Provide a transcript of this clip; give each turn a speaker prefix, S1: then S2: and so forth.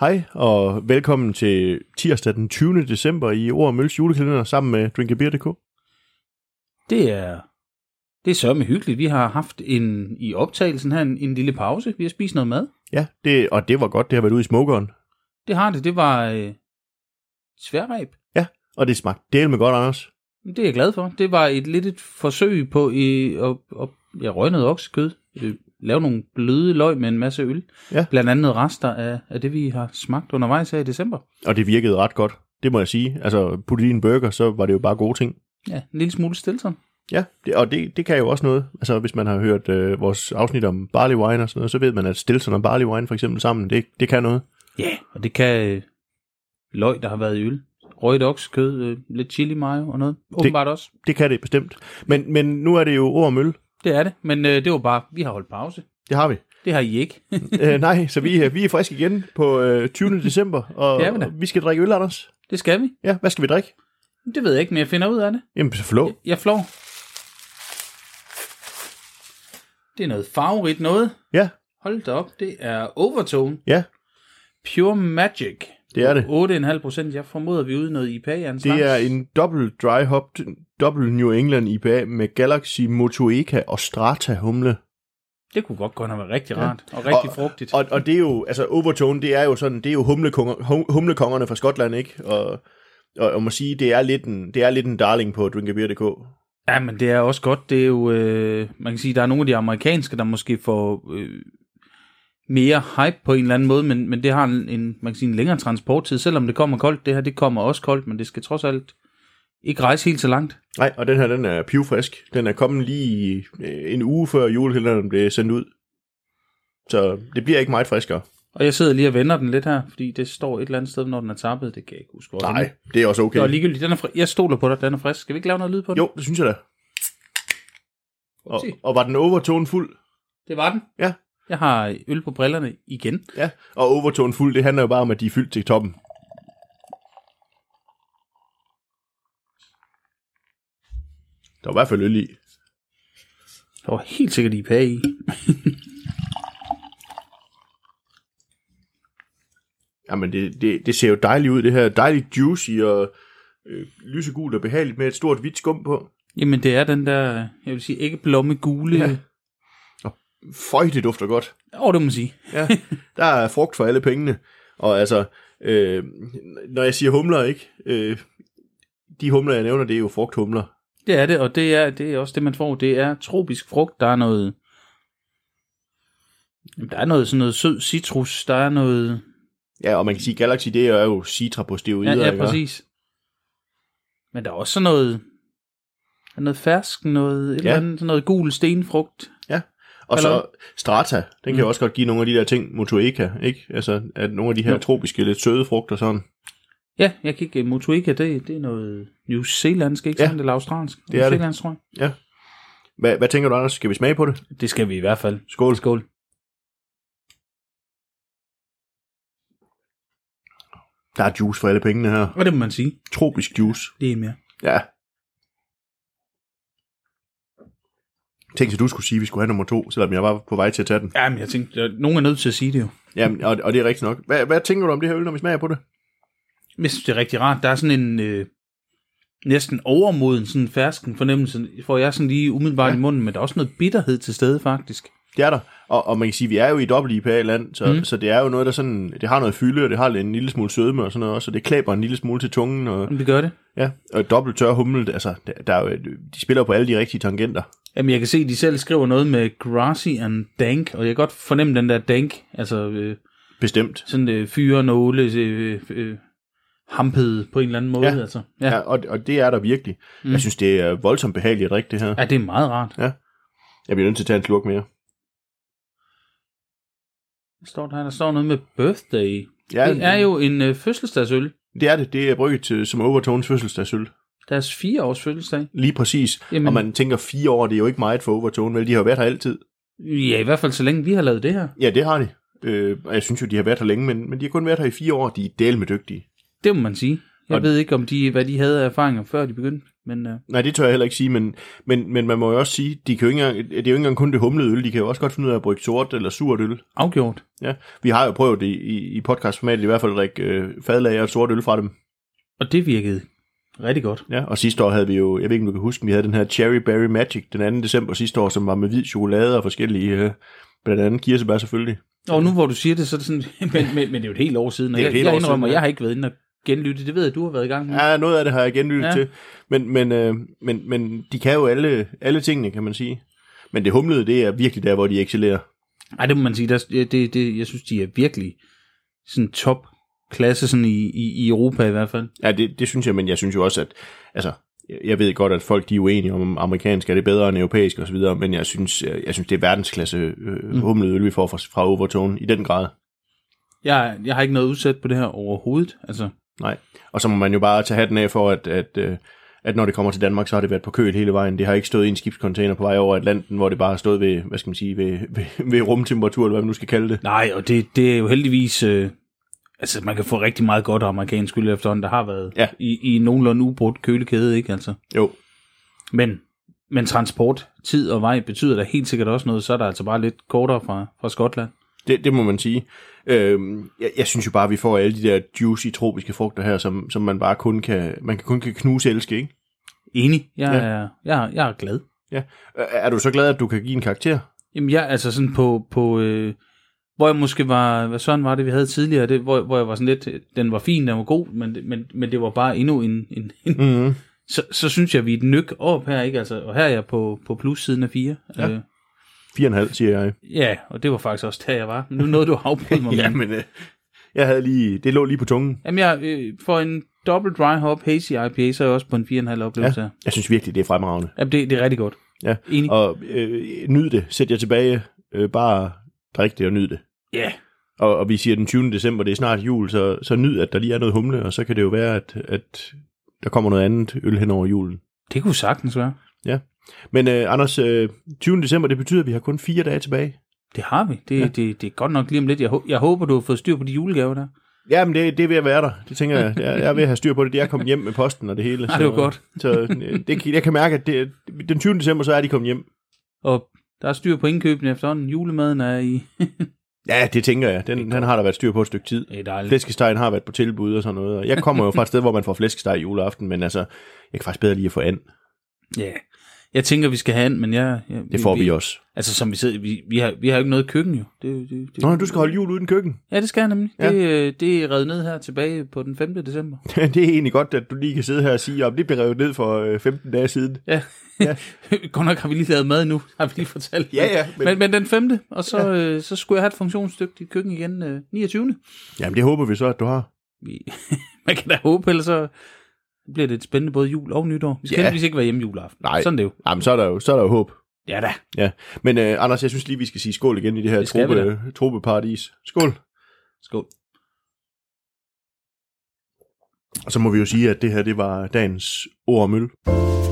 S1: Hej og velkommen til tirsdag den 20. december i Ord og Mølles julekalender sammen med drinkabeer.dk.
S2: Det er, det er sørme hyggeligt. Vi har haft en, i optagelsen her en, en lille pause. Vi har spist noget mad.
S1: Ja, det, og det var godt, det har været ude i smokeren.
S2: Det har det. Det var øh, sværreb.
S1: Og det smagte del med godt, Anders.
S2: Det er jeg glad for. Det var et lidt et forsøg på øh, at, at ja, røge noget oksekød. Øh, lave nogle bløde løg med en masse øl.
S1: Ja.
S2: Blandt andet rester af, af det, vi har smagt undervejs her i december.
S1: Og det virkede ret godt, det må jeg sige. Altså, putte det i en burger, så var det jo bare gode ting.
S2: Ja, en lille smule stilsom.
S1: Ja, det, og det, det kan jo også noget. Altså, hvis man har hørt øh, vores afsnit om barley wine og sådan noget, så ved man, at Stilton og barley wine for eksempel sammen, det, det kan noget.
S2: Ja, og det kan øh, løg, der har været i øl. Røget oksekød, øh, lidt chili mayo og noget. Åbenbart også.
S1: Det kan det bestemt. Men, men nu er det jo Ord og Mølle.
S2: Det er det, men øh, det var bare, vi har holdt pause.
S1: Det har vi.
S2: Det har I ikke.
S1: Æ, nej, så vi, er- vi er friske igen på øh, 20. december, og,
S2: Det er vi da.
S1: og vi skal drikke øl, Anders.
S2: det skal vi.
S1: Ja, hvad skal vi drikke?
S2: Det ved jeg ikke, men jeg finder ud af det.
S1: Jamen, så flå.
S2: Jeg flår. Det er noget farverigt noget.
S1: Ja,
S2: Hold da op, det er Overtone.
S1: ja.
S2: Pure Magic.
S1: Det er det.
S2: 8,5 procent. Jeg formoder, vi er ude i noget IPA af en
S1: Det
S2: slags.
S1: er en dobbelt dry hopped, dobbelt New England IPA med Galaxy, Motueka og Strata humle.
S2: Det kunne godt godt have været rigtig rart. Og rigtig frugtigt.
S1: Og, og det er jo, altså Overtone, det er jo sådan, det er jo humlekonger, hum, humlekongerne fra Skotland, ikke? Og, og, og må sige, det er lidt en, det er lidt en darling på drinkabeer.dk.
S2: Ja, men det er også godt. Det er jo, øh, man kan sige, der er nogle af de amerikanske, der måske får øh, mere hype på en eller anden måde, men, men det har en, en, man kan sige, en længere transporttid, selvom det kommer koldt. Det her, det kommer også koldt, men det skal trods alt ikke rejse helt så langt.
S1: Nej, og den her, den er pivfrisk. Den er kommet lige øh, en uge før julehælderen blev sendt ud. Så det bliver ikke meget friskere.
S2: Og jeg sidder lige og vender den lidt her, fordi det står et eller andet sted, når den er tappet. Det kan jeg ikke huske. hvor den er.
S1: Nej, det er også okay.
S2: Nå, ligegyldigt. Den er fri- jeg stoler på dig, den er frisk. Skal vi ikke lave noget lyd på den?
S1: Jo, det synes jeg da. Og,
S2: Upsi.
S1: og var den Overtone fuld?
S2: Det var den.
S1: Ja.
S2: Jeg har øl på brillerne igen.
S1: Ja, og overtone fuld, det handler jo bare om, at de er fyldt til toppen. Der var i hvert fald øl i.
S2: Der var helt sikkert IPA i.
S1: Jamen, det, det, det ser jo dejligt ud, det her. Dejligt juicy og øh, lysegult og behageligt med et stort hvidt skum på.
S2: Jamen, det er den der, jeg vil sige, ikke blomme gule.
S1: Ja.
S2: Ja.
S1: Føj, det dufter godt.
S2: Åh, det må man sige.
S1: Ja, der er frugt for alle pengene. Og altså, øh, når jeg siger humler, ikke? Øh, de humler, jeg nævner, det er jo frugthumler.
S2: Det er det, og det er, det er også det, man får. Det er tropisk frugt. Der er noget... Jamen, der er noget sådan noget sød citrus. Der er noget...
S1: Ja, og man kan sige, Galaxy, det er jo citra på
S2: Ja,
S1: steroider.
S2: ja
S1: ikke?
S2: præcis. Men der er også sådan noget... Der er noget fersk, noget, et
S1: Ja.
S2: eller andet, sådan noget gul stenfrugt.
S1: Og
S2: Eller Mm.
S1: så Strata, den kan jo også godt give nogle af de der ting, Motueka, ikke? Altså, at nogle af de her
S2: Jo.
S1: tropiske, lidt søde frugter sådan.
S2: Ja, jeg kan ikke... Motueka, det, det er noget New Zealandsk, ikke
S1: Ja.
S2: ja. sådan? Eller australsk.
S1: Det er det.
S2: Zealandsk, tror jeg.
S1: Hvad, hvad tænker du, Anders? Skal vi smage på det?
S2: Det skal vi i hvert fald.
S1: Skål.
S2: Skål.
S1: Der er juice for alle pengene her.
S2: Og det må man sige.
S1: Tropisk juice.
S2: Det er en mere.
S1: Ja. Tænk, at du skulle sige, at vi skulle have nummer to, selvom jeg var på vej til at tage den.
S2: Jamen, jeg tænkte, at nogen er nødt til at sige det jo.
S1: Jamen, og, og det er rigtigt nok. Hvad, hvad tænker du om det her øl, når vi smager på det?
S2: Men Jeg synes, det er rigtig rart. Der er sådan en øh, næsten overmoden sådan en fersken fornemmelse, får jeg sådan lige umiddelbart ja. i munden, men der er også noget bitterhed til stede faktisk.
S1: Det er der. Og, og man kan sige, at vi er jo i dobbelt IPA-land, så, mm.
S2: Mm.
S1: så det er jo noget, der sådan, det har noget fylde, og det har en lille smule sødme og sådan noget også, og det klæber en lille smule til tungen, og,
S2: Om det gør det.
S1: Ja, og dobbelt tør hummel, altså, der, der, er jo- de spiller jo på alle de rigtige tangenter.
S2: Jamen, jeg kan se, at de selv skriver noget med grassy and dank, og jeg kan godt fornemme den der dank, altså øh,
S1: Bestemt.
S2: sådan øh, fyre, nåle, øh, øh, hampede på en eller anden måde.
S1: Ja.
S2: Ja. Altså.
S1: Ja,
S2: Ja.
S1: ja og, og det er der virkelig. Mm. Jeg synes, det er voldsomt behageligt at drikke det her.
S2: ja, det er meget rart.
S1: Jeg bliver nødt til at tage en slurk mere.
S2: Hvad står der, her? der står noget med birthday.
S1: Ja,
S2: det er jo en øh, fødselsdagsøl.
S1: Det er det. Det er brygget til, som Overtones fødselsdagsøl.
S2: Deres fire års fødselsdag.
S1: Lige præcis. Jamen.
S2: Jamen.
S1: Og man tænker, fire år, det er jo ikke meget for Overtone, vel? De har jo været her altid.
S2: Ja, i hvert fald så længe vi har lavet det her.
S1: Ja, det har de. Øh, og jeg synes jo, de har været her længe, men, men de har kun været her i fire år. De er del med dygtige.
S2: Det må man sige. Jeg
S1: Og-
S2: og ved ikke, om de, hvad de havde af erfaringer, før de begyndte. Men øh,
S1: Nej, det tør jeg heller ikke sige, men, men, men man må jo også sige, de kan jo ikke engang, det er jo ikke engang kun det humlede øl, de kan jo også godt finde ud af at brygge sort eller surt øl.
S2: afgjort.
S1: Ja. Vi har jo prøvet det i, i podcastformatet i hvert fald at drikke øh, fadlager og sort øl fra dem.
S2: Og det virkede rigtig godt.
S1: Ja, og sidste år havde vi jo, jeg ved ikke om du kan huske, vi havde den her Cherry Berry Magic den 2. december sidste år, som var med hvid chokolade og forskellige, øh, blandt andet kirsebær selvfølgelig.
S2: Og nu hvor du siger det, så er det sådan, men, men, men det er jo et helt år siden, og
S1: Det er
S2: jeg,
S1: et helt
S2: jeg
S1: år siden,
S2: indrømmer,
S1: ja.
S2: jeg har ikke været inde og genlytte, det ved jeg, du har været i gang med.
S1: Ja, noget af det har jeg genlyttet
S2: Ja.
S1: ja. til, men, men, øh, men, men de kan jo alle, alle tingene, kan man sige. Men det humlede, det er virkelig der, hvor de excellerer.
S2: Ej, det må man sige, der, det, det, det, jeg synes, de er virkelig sådan top klasse sådan i, i, i Europa i hvert fald.
S1: Ja, det, det synes jeg, men jeg synes jo også, at altså, jeg- jeg ved godt, at folk de er uenige om, om amerikansk er det bedre end europæisk osv., men jeg synes, øh, jeg, jeg synes, det er verdensklasse øh, mm. humlede øl, vi får fra, fra Overtone i den grad.
S2: Jeg, jeg har ikke noget udsat på det her overhovedet. Altså,
S1: Nej. Og så må man jo bare tage hatten af for, at, at, øh, at når det kommer til Danmark, så har det været på køl hele vejen. Det har ikke stået i en skibscontainer på vej over Atlanten, hvor det bare har stået ved, hvad skal man sige, ved, ved, ved rumtemperatur, eller hvad man nu skal kalde det.
S2: nej, og det, det er jo heldigvis... Øh, altså, man kan få rigtig meget godt af amerikansk øl efterhånden, der har været
S1: Ja.
S2: i, i en nogenlunde ubrudt kølekæde, ikke altså?
S1: Jo,
S2: Men, men transport, tid og vej betyder da helt sikkert også noget, så er der altså bare lidt kortere fra, fra Skotland.
S1: Det, det må man sige. Øhm, jeg, jeg synes jo bare, at vi får alle de der juicy tropiske frugter her, som, som man bare kun kan, man kan kun kan knuse elske, ikke?
S2: Enig, jeg,
S1: Ja.
S2: er, jeg, er- jeg er glad.
S1: Ja. Er er du så glad, at du kan give en karakter?
S2: Jamen jeg, altså sådan på, på øh, hvor jeg måske var, hvad sådan var det, vi havde tidligere, det, hvor, hvor jeg var sådan lidt, øh, den var fin, den var god, men, det- men, men det var bare endnu en, en, en
S1: Mm-hmm.
S2: så, så synes jeg, vi er et nyk op her, ikke? Altså, og her er jeg på, på plussiden af 4. Ja. Øh,
S1: 4,5, siger jeg.
S2: ja, og det var faktisk også der, jeg var. Men nu nåede du at afbryde mig. mand.
S1: men øh, jeg havde lige, det lå lige på tungen.
S2: Jamen jeg, øh, for en dobbelt dry hop hazy IPA, så er jeg også på en 4,5 oplevelse her.
S1: Jeg synes virkelig, det er fremragende.
S2: Jamen det, det er rigtig godt.
S1: Ja.
S2: Enig.
S1: Og øh, nyd det. Sæt jer tilbage. Øh, bare drik det og nyd det.
S2: Ja, yeah.
S1: Og, og vi siger den 20. december, det er snart jul, så, så nyd, at der lige er noget humle, og så kan det jo være, at, at der kommer noget andet øl hen over julen.
S2: det kunne sagtens være.
S1: Men øh, Anders, øh, 20. december, det betyder, at vi har kun fire dage tilbage.
S2: Det har vi. Det, ja.
S1: Ja.
S2: det, det er godt nok lige om lidt. Jeg, hå- jeg håber, du har fået styr på de julegaver der.
S1: Jamen, det, det er ved at være der. Det tænker jeg. Jeg jeg er ved at have styr på det. Det er kommet hjem med posten og det hele.
S2: Ej, det var godt.
S1: Så øh, det, kan- jeg kan mærke, at det, den 20. december, så er de kommet hjem.
S2: Og der er styr på indkøbene efterhånden. Julemaden er i...
S1: Ja, det tænker jeg. Den, den har der været styr på et stykke tid.
S2: Det er dejligt.
S1: Flæskestegen har været på tilbud og sådan noget. Og jeg kommer jo fra et sted, hvor man får flæskesteg juleaften, men altså, jeg kan faktisk bedre lige at få and.
S2: Ja. Jeg tænker, vi skal have an, men jeg... jeg
S1: Det får vi også.
S2: Altså, som vi sidder... Vi, vi, har, vi har jo ikke noget køkken, jo. Det, det, det.
S1: Nå, du skal holde jul uden køkken.
S2: Ja, det skal jeg nemlig. Ja.
S1: Ja.
S2: Det, øh, det er reddet ned her tilbage på den 5. december.
S1: Det er egentlig godt, at du lige kan sidde her og sige, om det blev revet ned for øh, 15 dage siden.
S2: Ja. ja.
S1: Ja.
S2: godt nok har vi lige lavet mad nu, har vi lige fortalt.
S1: Ja, ja,
S2: Men,
S1: men-
S2: men, men den 5. Og så, ja. øh, så skulle jeg have et funktionsdygtigt køkken igen øh, 29.
S1: Jamen, det håber vi så, at du har.
S2: Vi, man kan da håbe, ellers så bliver det et spændende både jul og nytår. Vi skal
S1: Ja.
S2: ja. heldigvis ikke være hjemme juleaften.
S1: Nej.
S2: Sådan er det jo.
S1: Jamen, så er der jo, så er der jo håb.
S2: Ja da.
S1: Ja, men øh, Anders, jeg synes lige, vi skal sige skål igen i det her
S2: Det skal vi
S1: trope, tropeparadis. Skål.
S2: Skål.
S1: Og så må vi jo sige, at det her, det var dagens ord om øl.